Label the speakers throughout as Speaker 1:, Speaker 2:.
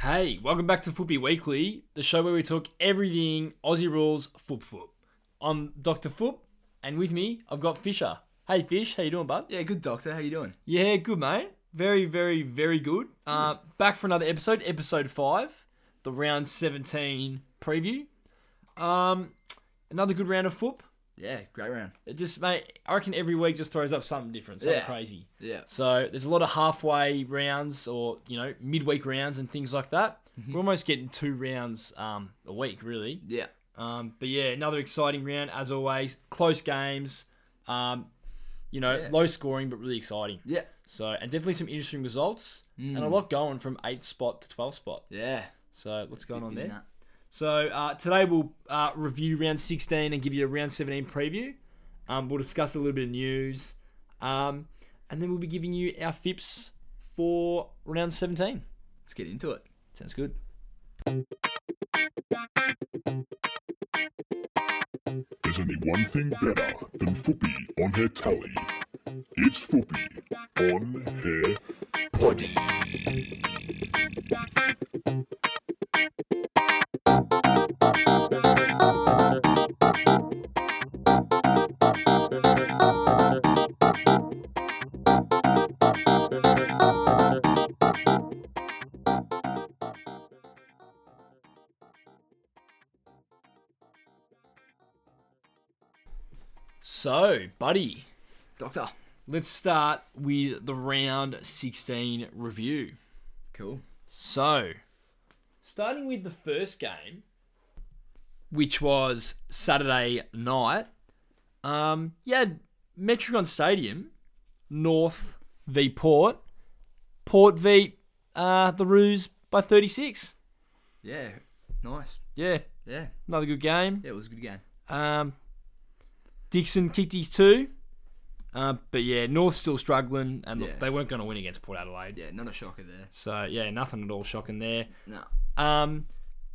Speaker 1: Hey, welcome back to Football Weekly, the show where we talk everything Aussie rules foot foot. I'm Dr. Foot, and with me I've got Fisher. Hey Fish, how you doing, bud?
Speaker 2: Yeah, good doctor. How you doing?
Speaker 1: Yeah, good mate. Very, very, very good. Uh, back for another episode, episode five, the round seventeen preview. Um, another good round of foot.
Speaker 2: Yeah, great round.
Speaker 1: It just mate, I reckon every week just throws up something different, something
Speaker 2: Yeah.
Speaker 1: crazy.
Speaker 2: Yeah.
Speaker 1: So there's a lot of halfway rounds or you know midweek rounds and things like that. We're almost getting two rounds um, a week, really.
Speaker 2: Yeah.
Speaker 1: Um, but yeah, another exciting round as always. Close games, um, you know,
Speaker 2: Yeah.
Speaker 1: low scoring but really exciting.
Speaker 2: Yeah.
Speaker 1: So and definitely some interesting results and a lot going from eighth spot to twelfth spot.
Speaker 2: Yeah.
Speaker 1: So what's going on
Speaker 2: Been
Speaker 1: there?
Speaker 2: that.
Speaker 1: So uh, today we'll uh, review round 16 and give you a round 17 preview. Um, we'll discuss a little bit of news, um, and then we'll be giving you our FIPS for round 17.
Speaker 2: Let's get into it.
Speaker 1: Sounds good.
Speaker 3: There's only one thing better than Foopy on her tally. It's Foopy on her potty.
Speaker 1: So, buddy,
Speaker 2: Doctor.
Speaker 1: let's start with the round 16 review.
Speaker 2: Cool.
Speaker 1: So, starting with the first game, which was Saturday night, um, you had Metricon Stadium, North v Port, Port v uh, the Ruse by 36.
Speaker 2: Yeah. Nice.
Speaker 1: Yeah,
Speaker 2: Yeah.
Speaker 1: another good game.
Speaker 2: Yeah, it was a good game.
Speaker 1: Um, Dixon kicked his two. Uh, but yeah, North still struggling, and look,
Speaker 2: Yeah.
Speaker 1: they weren't going to win against Port Adelaide.
Speaker 2: Yeah, not a shocker there.
Speaker 1: So yeah, nothing at all shocking there.
Speaker 2: No.
Speaker 1: Um,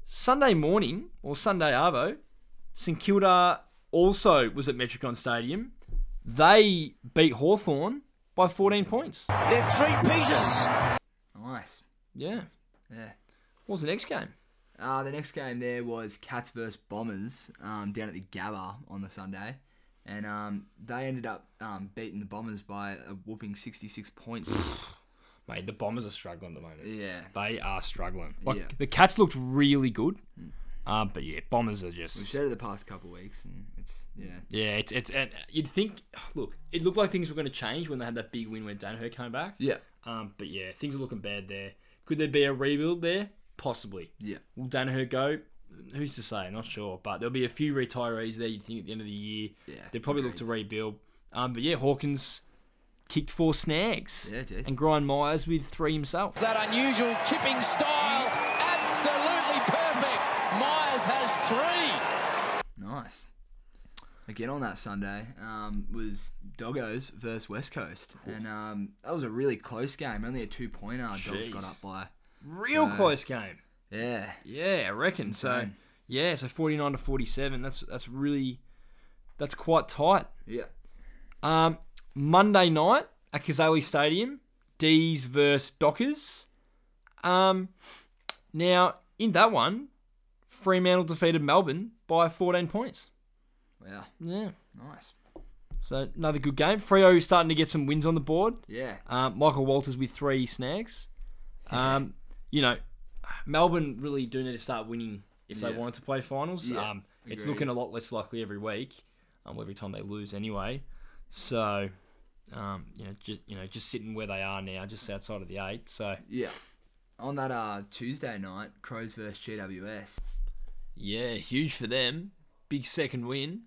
Speaker 1: Sunday morning or Sunday Arvo, St Kilda also was at Metricon Stadium. They beat Hawthorn by 14 points.
Speaker 4: They're three Peters.
Speaker 2: Nice.
Speaker 1: Yeah.
Speaker 2: Yeah.
Speaker 1: What was the next game?
Speaker 2: Uh, the next game there was Cats versus Bombers um, down at the Gabba on the Sunday. And um, they ended up um, beating the Bombers by a whooping 66 points.
Speaker 1: Mate, the Bombers are struggling at the moment.
Speaker 2: yeah.
Speaker 1: They are struggling. Like
Speaker 2: Yeah. Mm.
Speaker 1: the Cats looked really good, uh, but yeah, Bombers are
Speaker 2: We've
Speaker 1: just.
Speaker 2: said it the past couple of weeks, and it's, yeah.
Speaker 1: Yeah, it's it's and you'd think. Look, it looked like things were going to change when they had that big win when Danaher came back.
Speaker 2: Yeah.
Speaker 1: Um, but yeah, things are looking bad there. Could there be a rebuild there? Possibly.
Speaker 2: Yeah.
Speaker 1: Will Danaher go? Who's to say? Not sure. But there'll be a few retirees there, you'd think, at the end of the year.
Speaker 2: Yeah,
Speaker 1: They'll probably look to rebuild. Um, but yeah, Hawkins kicked four snags.
Speaker 2: Yeah, geez.
Speaker 1: And Brian Myers with three himself.
Speaker 4: That unusual chipping style, absolutely perfect. Myers has three.
Speaker 2: Nice. Again on that Sunday um, was Doggos versus West Coast, and um, that was a really close game. Only a two pointer Dogs got
Speaker 1: Jeez.
Speaker 2: up by.
Speaker 1: Real
Speaker 2: So-
Speaker 1: close game.
Speaker 2: Yeah,
Speaker 1: Yeah, I reckon. So
Speaker 2: Insane.
Speaker 1: yeah, so forty nine to forty seven. That's that's really that's quite tight.
Speaker 2: yeah,
Speaker 1: Um, Monday night at Kazali Stadium, D's versus Dockers. Um, now in that one, Fremantle defeated Melbourne by 14 points.
Speaker 2: wow,
Speaker 1: Yeah,
Speaker 2: nice.
Speaker 1: so another good game. Freo starting to get some wins on the board.
Speaker 2: Yeah,
Speaker 1: Um, Michael Walters with three snags. Um, you know, Melbourne really do need to start winning if they
Speaker 2: Yeah.
Speaker 1: wanted to play finals.
Speaker 2: Yeah,
Speaker 1: Um, it's
Speaker 2: agreed.
Speaker 1: looking a lot less likely every week, um, every time they lose anyway. So, um, you know, just you know, just sitting where they are now, just outside of the eight. So,
Speaker 2: yeah. On that uh, Tuesday night, Crows versus GWS,
Speaker 1: yeah, huge for them. Big second win.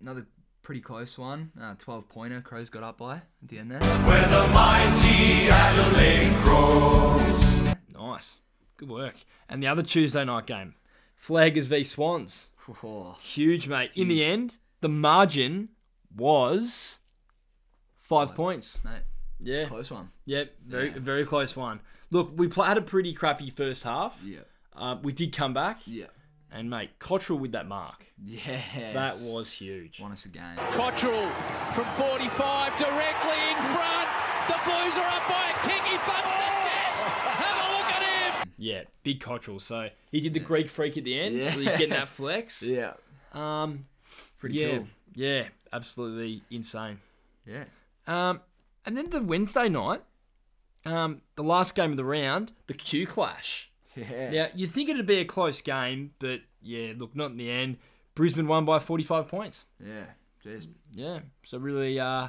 Speaker 2: another pretty close one. Uh, Twelve pointer Crows got up by at the end there.
Speaker 5: Where the mighty Adelaide Crows.
Speaker 1: Nice, good work. And the other Tuesday night game, Flaggers v Swans.
Speaker 2: Oh,
Speaker 1: Huge, mate. In the end, the margin was five points.
Speaker 2: mate,
Speaker 1: Yeah.
Speaker 2: close one.
Speaker 1: Yep. Very,
Speaker 2: Yeah.
Speaker 1: very close one. Look, we pl- had a pretty crappy first half.
Speaker 2: Yeah,
Speaker 1: Uh, we did come back,
Speaker 2: yeah,
Speaker 1: and mate, Cottrell with that mark.
Speaker 2: yeah.
Speaker 1: That was huge.
Speaker 2: won us a game.
Speaker 4: Cottrell from 45 directly in front. The Blues are up by a kick. He thumps the dash. Have a look at him.
Speaker 1: Yeah, big cockerel. So he did the Greek freak at the end.
Speaker 2: Yeah.
Speaker 1: really getting that flex.
Speaker 2: Yeah.
Speaker 1: Um,
Speaker 2: Pretty
Speaker 1: yeah,
Speaker 2: cool.
Speaker 1: yeah, absolutely insane.
Speaker 2: Yeah.
Speaker 1: Um, and then the Wednesday night, um, the last game of the round, the Q clash.
Speaker 2: Yeah.
Speaker 1: Now you'd think it'd be a close game, but yeah, look, not in the end. Brisbane won by 45 points.
Speaker 2: Yeah. Jeez.
Speaker 1: Yeah, so really, uh,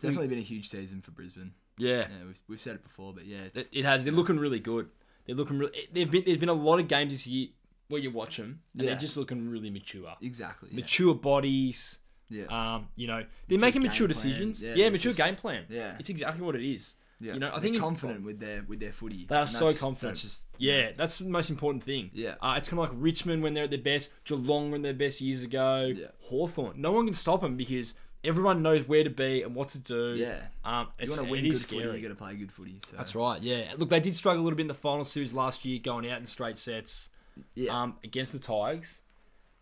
Speaker 2: Definitely been a huge season for Brisbane.
Speaker 1: yeah,
Speaker 2: Yeah, we've, we've said it before, but yeah, it's,
Speaker 1: It, it has. They're looking really good. They're looking. Re- eh, they've been. There's been a lot of games this year where you watch them, and
Speaker 2: Yeah.
Speaker 1: they're just looking really mature.
Speaker 2: exactly. Yeah.
Speaker 1: Mature bodies.
Speaker 2: Yeah.
Speaker 1: Um, you know, they're making
Speaker 2: game
Speaker 1: mature
Speaker 2: plan.
Speaker 1: decisions.
Speaker 2: Yeah,
Speaker 1: Yeah,
Speaker 2: they're
Speaker 1: mature
Speaker 2: just-
Speaker 1: game plan.
Speaker 2: yeah.
Speaker 1: it's exactly what it is.
Speaker 2: yeah.
Speaker 1: you know, I
Speaker 2: They're
Speaker 1: think if-
Speaker 2: confident with their with their footy.
Speaker 1: They are
Speaker 2: and
Speaker 1: so
Speaker 2: that's-
Speaker 1: confident.
Speaker 2: That's just
Speaker 1: yeah, that's the most important thing.
Speaker 2: Yeah.
Speaker 1: uh, it's kind of like Richmond when they're at their best, Geelong when they're best years ago,
Speaker 2: Yeah.
Speaker 1: Hawthorn. No one can stop them because everyone knows where to be and what to do.
Speaker 2: Yeah.
Speaker 1: um,
Speaker 2: you
Speaker 1: it's
Speaker 2: want to win
Speaker 1: it
Speaker 2: good
Speaker 1: is scary.
Speaker 2: footy, you got to play good footy. So
Speaker 1: That's right. Yeah. Look, they did struggle a little bit in the final series last year, going out in straight sets.
Speaker 2: Yeah.
Speaker 1: Um, against the Tigers.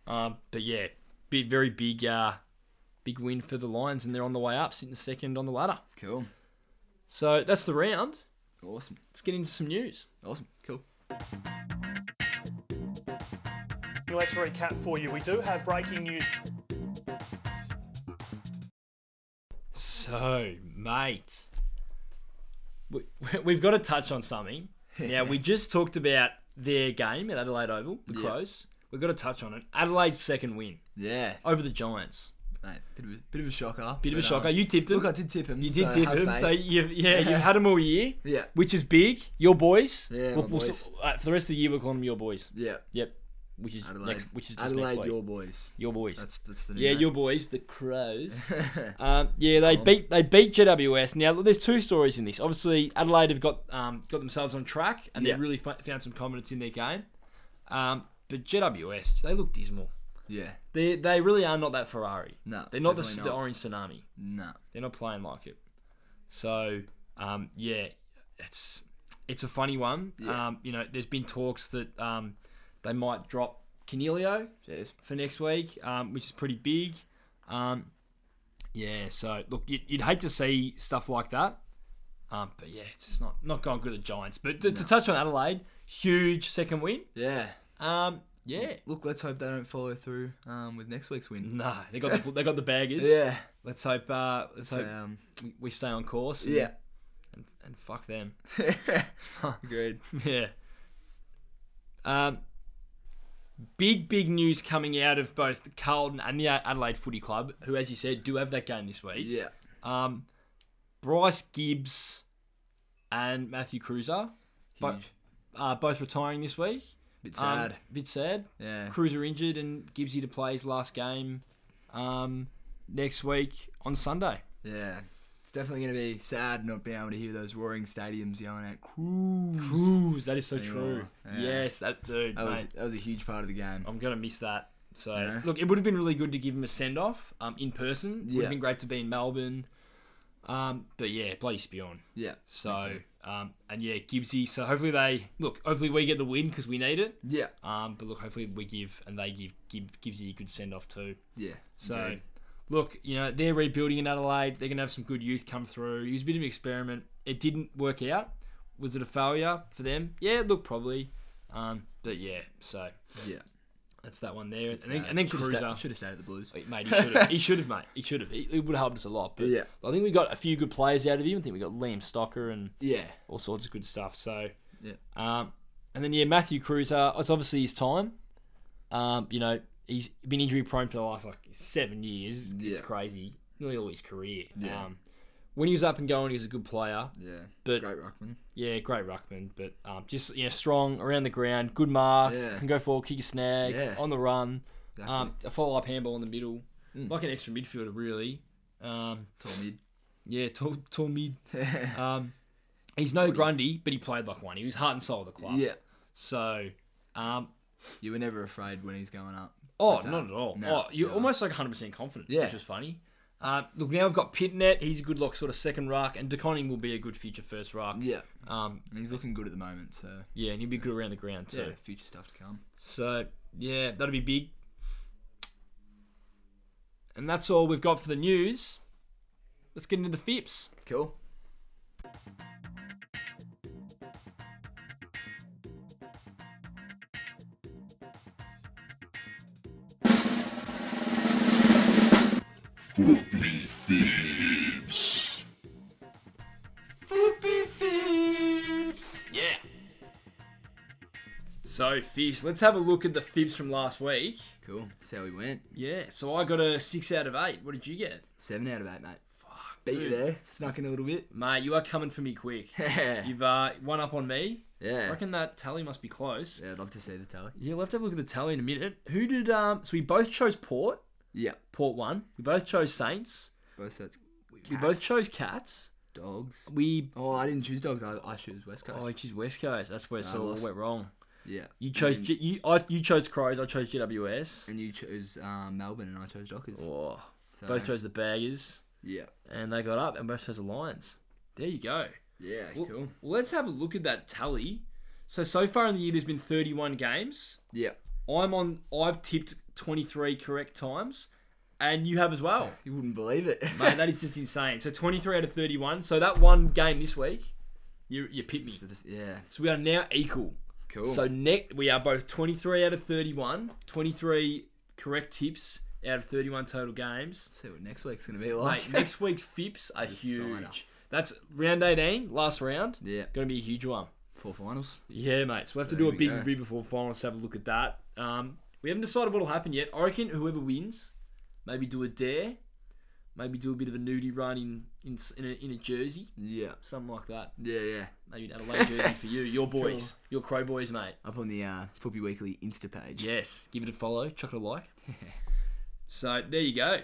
Speaker 1: Um, but yeah, big, very big, uh, big win for the Lions, and they're on the way up, sitting second on the ladder.
Speaker 2: cool.
Speaker 1: So that's the round.
Speaker 2: Awesome.
Speaker 1: Let's get into some news.
Speaker 2: Awesome. Cool.
Speaker 6: Let's recap for you. We do have breaking news.
Speaker 1: So, mate, we, we've got to touch on something. Now, we just talked about their game at Adelaide Oval, the
Speaker 2: Yeah.
Speaker 1: Crows. We've got to touch on it. Adelaide's second win
Speaker 2: Yeah.
Speaker 1: over the Giants.
Speaker 2: Mate, bit of a, bit of a shocker.
Speaker 1: Bit of a
Speaker 2: but,
Speaker 1: shocker.
Speaker 2: um,
Speaker 1: you tipped him.
Speaker 2: Look, I did tip him.
Speaker 1: You did
Speaker 2: so
Speaker 1: tip
Speaker 2: have
Speaker 1: him,
Speaker 2: faith.
Speaker 1: so you've yeah, you've had him all year.
Speaker 2: Yeah.
Speaker 1: which is big. Your boys.
Speaker 2: Yeah, my
Speaker 1: We'll- we'll-
Speaker 2: boys.
Speaker 1: uh, for the rest of the year, we're calling them your boys.
Speaker 2: yeah.
Speaker 1: Yep, which is
Speaker 2: Adelaide.
Speaker 1: next, which is just
Speaker 2: Adelaide,
Speaker 1: next week.
Speaker 2: your boys.
Speaker 1: Your boys.
Speaker 2: That's that's the new
Speaker 1: yeah,
Speaker 2: name.
Speaker 1: your boys, the Crows. um, yeah, they beat they beat JWS. Now look, there's two stories in this. Obviously, Adelaide have got um, got themselves on track and
Speaker 2: Yeah.
Speaker 1: they really f- found some confidence in their game. Um, but JWS, they look dismal.
Speaker 2: yeah.
Speaker 1: They they really are not that Ferrari.
Speaker 2: No,
Speaker 1: they're not the,
Speaker 2: definitely
Speaker 1: the
Speaker 2: not.
Speaker 1: orange tsunami.
Speaker 2: Nah.
Speaker 1: They're not playing like it. So, um, yeah, it's it's a funny one. Um, you know, there's been talks that um, they might drop Canelio
Speaker 2: Cheers.
Speaker 1: for next week, um, which is pretty big. Um, yeah, so look, you'd, you'd hate to see stuff like that. Um, but yeah, it's just not not going good at Giants. But to, to touch on Adelaide, huge second win.
Speaker 2: Yeah.
Speaker 1: Um, yeah,
Speaker 2: Look, let's hope they don't follow through um, with next week's win.
Speaker 1: nah, they got the, they got the baggers.
Speaker 2: Yeah.
Speaker 1: let's hope uh, let's hope
Speaker 2: Um,
Speaker 1: we- we stay on course. and-
Speaker 2: yeah.
Speaker 1: and fuck them.
Speaker 2: Agreed.
Speaker 1: Yeah. Um, big, big news coming out of both Carlton and the Adelaide Footy Club, who, as you said, do have that game this week.
Speaker 2: Yeah.
Speaker 1: Um, Bryce Gibbs and Matthew Cruiser, but
Speaker 2: Huge.
Speaker 1: uh, both retiring this week.
Speaker 2: Bit
Speaker 1: Um,
Speaker 2: sad.
Speaker 1: bit sad.
Speaker 2: yeah.
Speaker 1: Cruiser injured and Gibbsy to play his last game um, next week on Sunday.
Speaker 2: Yeah. It's definitely going to be sad not being able to hear those roaring stadiums yelling out Cruise.
Speaker 1: Cruise, that is so true.
Speaker 2: Yeah.
Speaker 1: Yes, that dude.
Speaker 2: That was,
Speaker 1: mate. Um,
Speaker 2: that was a huge part of the game.
Speaker 1: I'm gonna miss that. So
Speaker 2: Yeah.
Speaker 1: look, it would have been really good to give him a send off um, in person. Would
Speaker 2: Yeah.
Speaker 1: have been great to be in Melbourne. Um, but yeah, bloody Spion.
Speaker 2: Yeah.
Speaker 1: So um, and yeah, Gibbsy. So hopefully they look. Hopefully we get the win because we need it.
Speaker 2: Yeah.
Speaker 1: Um, but look, hopefully we give and they give, give Gibbsy a good send off too.
Speaker 2: Yeah.
Speaker 1: So
Speaker 2: Agreed.
Speaker 1: look, you know they're rebuilding in Adelaide. They're gonna have some good youth come through. It was a bit of an experiment. It didn't work out. Was it a failure for them? Yeah, look, probably. Um, but yeah, so
Speaker 2: Yeah.
Speaker 1: that's that one there. and then, and then
Speaker 2: should
Speaker 1: Cruiser.
Speaker 2: have stayed, at the Blues.
Speaker 1: Mate, he should have. he should have, mate. He should have. He, it would have helped us a lot. But
Speaker 2: Yeah.
Speaker 1: I think we got a few good players out of him. I think we got Liam Stocker and
Speaker 2: Yeah.
Speaker 1: all sorts of good stuff. So,
Speaker 2: Yeah.
Speaker 1: um, and then yeah, Matthew Cruiser. It's obviously his time. Um, you know, he's been injury prone for the last like seven years. It's
Speaker 2: Yeah.
Speaker 1: crazy. Nearly all his career.
Speaker 2: Yeah.
Speaker 1: Um, when he was up and going, he was a good player.
Speaker 2: Yeah.
Speaker 1: But
Speaker 2: Great Ruckman.
Speaker 1: yeah, great ruckman, but um, just you know, strong around the ground, good mark,
Speaker 2: Yeah.
Speaker 1: can go forward, kick a snag,
Speaker 2: Yeah.
Speaker 1: on the run,
Speaker 2: Exactly. Mm.
Speaker 1: um, a follow up handball in the middle, like an extra midfielder really. Um,
Speaker 2: Tall mid.
Speaker 1: yeah, tall, tall mid. um, he's no Grundy, but he played like one. He was heart and soul of the club.
Speaker 2: Yeah.
Speaker 1: So, um,
Speaker 2: You were never afraid when he's going up.
Speaker 1: oh,
Speaker 2: That's
Speaker 1: not
Speaker 2: it.
Speaker 1: at all.
Speaker 2: uh, No,
Speaker 1: oh, you're
Speaker 2: no.
Speaker 1: almost like 100 percent confident,
Speaker 2: Yeah.
Speaker 1: which is funny. Uh, look, now we've got Pitnet. He's a good lock, sort of second ruck, and Deconning will be a good future first ruck.
Speaker 2: Yeah.
Speaker 1: Um,
Speaker 2: And he's looking good at the moment, so
Speaker 1: yeah, and he'll be good around the ground too.
Speaker 2: yeah, future stuff to come.
Speaker 1: So yeah, that'll be big. And that's all we've got for the news. Let's get into the FIPS.
Speaker 2: Cool.
Speaker 3: Foopy Thieves.
Speaker 4: Yeah.
Speaker 1: So, Fibs, let's have a look at the Fibs from last week.
Speaker 2: Cool. See how we went.
Speaker 1: Yeah, so I got a 6 out of 8. What did you get?
Speaker 2: Seven out of eight, mate. Fuck. Beat you
Speaker 1: dude.
Speaker 2: there. Snuck in a little bit.
Speaker 1: Mate, you are coming for me quick.
Speaker 2: yeah.
Speaker 1: You've uh, one up on me. I
Speaker 2: Yeah.
Speaker 1: reckon that tally must be close.
Speaker 2: I'd love to see the tally.
Speaker 1: Yeah, we'll have to have a look at the tally in a minute. Who did. um? So, we both chose Port.
Speaker 2: Yeah.
Speaker 1: Port won. We both chose Saints.
Speaker 2: Both sets. Cats,
Speaker 1: We both chose Cats.
Speaker 2: dogs.
Speaker 1: We.
Speaker 2: Oh, I didn't choose dogs. I, I choose West Coast.
Speaker 1: Oh, she's West Coast. That's where
Speaker 2: So I
Speaker 1: it all
Speaker 2: lost.
Speaker 1: went wrong.
Speaker 2: yeah.
Speaker 1: You chose G- you I, you chose Crows. I chose GWS.
Speaker 2: And you chose um, Melbourne, and I chose Dockers.
Speaker 1: Oh,
Speaker 2: So-
Speaker 1: both chose the Baggers,
Speaker 2: Yeah.
Speaker 1: and they got up, and both chose the Lions. There you go.
Speaker 2: Yeah.
Speaker 1: Well,
Speaker 2: cool.
Speaker 1: well, let's have a look at that tally. So so far in the year, there's been 31 games.
Speaker 2: Yeah.
Speaker 1: I'm on. I've tipped 23 correct times, and you have as well.
Speaker 2: You wouldn't believe it.
Speaker 1: Mate, that is just insane. So 23 out of 31. So that one game this week, you you pipped me.
Speaker 2: So just- yeah.
Speaker 1: So we are now equal.
Speaker 2: Cool.
Speaker 1: So next, we are both 23 out of 31, 23 correct tips out of 31 total games.
Speaker 2: see what next week's gonna be like.
Speaker 1: Mate, next week's FIPS are
Speaker 2: sign up.
Speaker 1: huge. That's round 18, last round.
Speaker 2: Yeah.
Speaker 1: Going to be a huge one.
Speaker 2: Four finals.
Speaker 1: Yeah, mate. So we'll have to
Speaker 2: So
Speaker 1: do a
Speaker 2: there we
Speaker 1: big
Speaker 2: go.
Speaker 1: review before finals to have a look at that. Um, we haven't decided what will happen yet. I reckon whoever wins, maybe do a dare, maybe do a bit of a nudie run in, in, in, a, in a jersey,
Speaker 2: Yeah.
Speaker 1: something like that.
Speaker 2: Yeah. Yeah.
Speaker 1: Maybe an Adelaide jersey for you, your boys, your Crow boys, mate.
Speaker 2: Up on the uh, Football Weekly Insta page.
Speaker 1: Yes, give it a follow, chuck it a like. so there you go.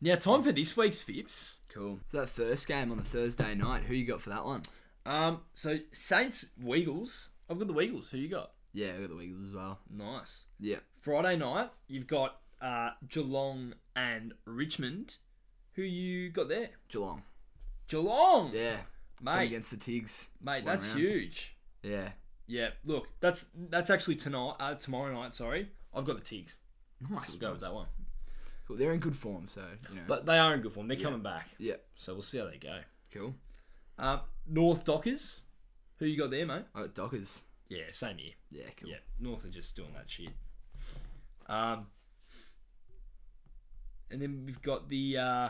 Speaker 1: Now, time for this week's Fips.
Speaker 2: Cool. So that first game on the Thursday night, who you got for that one?
Speaker 1: Um, so Saints Weagles. I've got the Weagles. Who you got?
Speaker 2: Yeah, I got the Wiggles as well.
Speaker 1: Nice.
Speaker 2: Yeah.
Speaker 1: Friday night, you've got uh, Geelong and Richmond. Who you got there?
Speaker 2: Geelong.
Speaker 1: Geelong,
Speaker 2: Yeah. Going
Speaker 1: mate.
Speaker 2: against the Tigs.
Speaker 1: mate,
Speaker 2: One
Speaker 1: that's
Speaker 2: round.
Speaker 1: huge.
Speaker 2: Yeah.
Speaker 1: Yeah, look, that's that's actually tonight. Uh, tomorrow night, sorry. I've got the Tigs.
Speaker 2: Nice.
Speaker 1: We'll go with that one.
Speaker 2: Cool. They're in good form, so you know.
Speaker 1: But they are in good form. They're coming back.
Speaker 2: yeah.
Speaker 1: So we'll see how they go.
Speaker 2: Cool.
Speaker 1: Um, North Dockers. Who you got there, mate?
Speaker 2: I got Dockers.
Speaker 1: Yeah, same here.
Speaker 2: Yeah. Cool.
Speaker 1: Yeah, North are just doing that shit. Um, and then we've got the uh,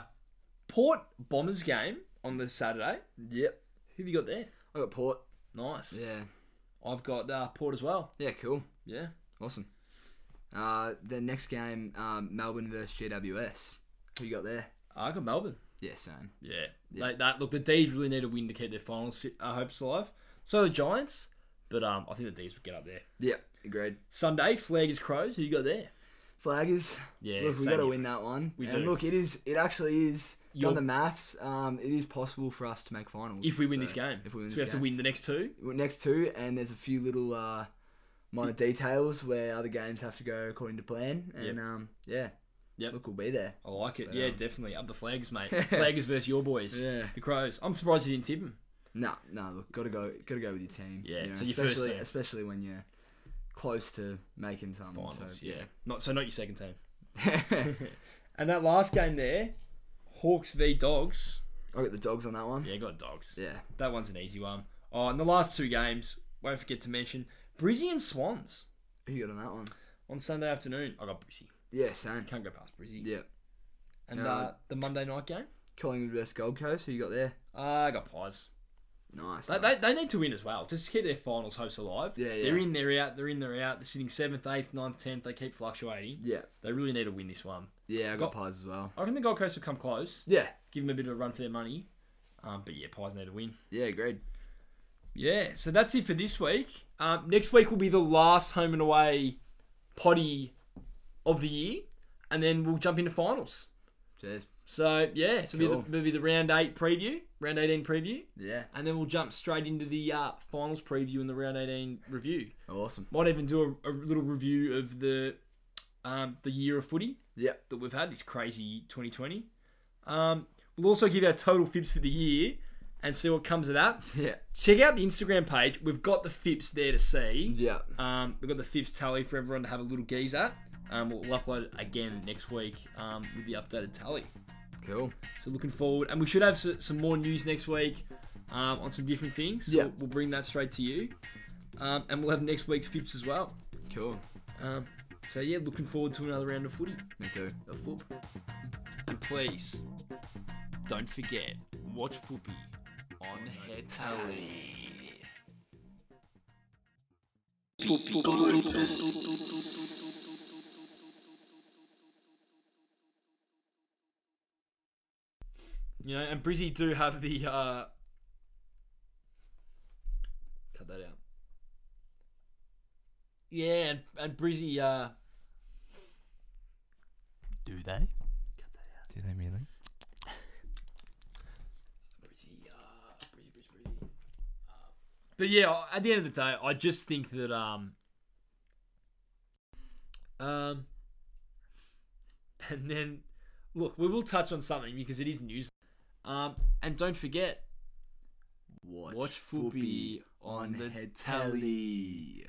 Speaker 1: Port Bombers game on the Saturday.
Speaker 2: Yep.
Speaker 1: Who have you got there?
Speaker 2: I got Port.
Speaker 1: Nice.
Speaker 2: Yeah.
Speaker 1: I've got uh, Port as well.
Speaker 2: Yeah. Cool.
Speaker 1: Yeah.
Speaker 2: Awesome. Uh, the next game, um, Melbourne versus GWS. Who you got there?
Speaker 1: I got Melbourne.
Speaker 2: Yeah, same.
Speaker 1: Yeah. Like that. Look, the D's really need a win to keep their final uh, hopes alive. So the Giants, but um, I think the D's would get up there.
Speaker 2: Yeah, agreed.
Speaker 1: Sunday, Flaggers Crows. Who you got there?
Speaker 2: Flaggers.
Speaker 1: Yeah,
Speaker 2: Look, we
Speaker 1: same
Speaker 2: got to
Speaker 1: here,
Speaker 2: win that one.
Speaker 1: We
Speaker 2: and
Speaker 1: do.
Speaker 2: look, it is. It actually is.
Speaker 1: You're-
Speaker 2: Done the maths. Um, it is possible for us to make finals
Speaker 1: If we win
Speaker 2: so-
Speaker 1: this game,
Speaker 2: If we win
Speaker 1: so
Speaker 2: this
Speaker 1: we have
Speaker 2: game.
Speaker 1: to win the next two.
Speaker 2: next two, and there's a few little uh, minor details where other games have to go according to plan, and um, yeah,
Speaker 1: Yep.
Speaker 2: look, we'll be there.
Speaker 1: I like it. yeah, definitely. Up the flags, mate. flaggers versus your boys.
Speaker 2: Yeah.
Speaker 1: The Crows. I'm surprised you didn't tip them.
Speaker 2: No, no, look, gotta go, gotta go with your team.
Speaker 1: Yeah,
Speaker 2: you know,
Speaker 1: so your first
Speaker 2: especially,
Speaker 1: team.
Speaker 2: especially when you're close to making some.
Speaker 1: Finals.
Speaker 2: so,
Speaker 1: yeah. Not so not your second team.
Speaker 2: yeah.
Speaker 1: And that last game there, Hawks v Dogs.
Speaker 2: I got the dogs on that one.
Speaker 1: Yeah, got Dogs.
Speaker 2: Yeah.
Speaker 1: That one's an easy one. Oh, and the last two games, won't forget to mention Brizzy and Swans
Speaker 2: Who you got on that one?
Speaker 1: on Sunday afternoon. I got Brizzy.
Speaker 2: Yeah, same.
Speaker 1: Can't go past Brizzy.
Speaker 2: Yeah.
Speaker 1: And
Speaker 2: Uh,
Speaker 1: uh, the Monday night game,
Speaker 2: Collingwood versus Gold Coast. Who you got there?
Speaker 1: uh, I got Pies.
Speaker 2: Nice.
Speaker 1: They,
Speaker 2: nice.
Speaker 1: they, they need to win as well, just to keep their finals hopes alive.
Speaker 2: Yeah, yeah.
Speaker 1: They're in, they're out, they're in, they're out. They're sitting seventh, eighth, 9th, 10th. They keep fluctuating.
Speaker 2: yeah.
Speaker 1: They really need to win this one.
Speaker 2: Yeah, I got
Speaker 1: Got-
Speaker 2: pies as well.
Speaker 1: I reckon the Gold Coast will come close,
Speaker 2: Yeah.
Speaker 1: give them a bit of a run for their money. Um, but yeah, Pies need to win.
Speaker 2: Yeah, agreed.
Speaker 1: Yeah, so that's it for this week. Um, next week will be the last home and away potty of the year, and then we'll jump into finals.
Speaker 2: Cheers.
Speaker 1: So yeah, so it'll
Speaker 2: Cool.
Speaker 1: be, the, it'll be the round eight preview, round eighteen preview,
Speaker 2: Yeah.
Speaker 1: and then we'll jump straight into the uh, finals preview and the round eighteen review.
Speaker 2: Awesome.
Speaker 1: Might even do a, a little review of the um, the year of footy
Speaker 2: Yeah.
Speaker 1: that we've had, this crazy 2020. Um, we'll also give our total fibs for the year and see what comes of that.
Speaker 2: Yeah.
Speaker 1: Check out the Instagram page. We've got the fibs there to see.
Speaker 2: Yeah.
Speaker 1: Um, we've got the fibs tally for everyone to have a little gaze at. Um, we'll we'll upload it again next week um, with the updated tally.
Speaker 2: Cool.
Speaker 1: So looking forward, and we should have s- some more news next week um, on some different things. So
Speaker 2: Yeah.
Speaker 1: we'll bring that straight to you, um, and we'll have next week's fibs as well.
Speaker 2: Cool.
Speaker 1: Um, So yeah, looking forward to another round of footy.
Speaker 2: Me too.
Speaker 1: Of foot. And please, don't forget, watch Foopy on Head Tally. You know, and Brizzy do have the uh cut that out. Yeah, and and Brizzy uh
Speaker 7: Do they? Do they really?
Speaker 1: But yeah, at the end of the day, I just think that um, um, and then look, we will touch on something because it is news. Um, and don't forget,
Speaker 2: Watch,
Speaker 1: Watch Foopy on the
Speaker 2: telly.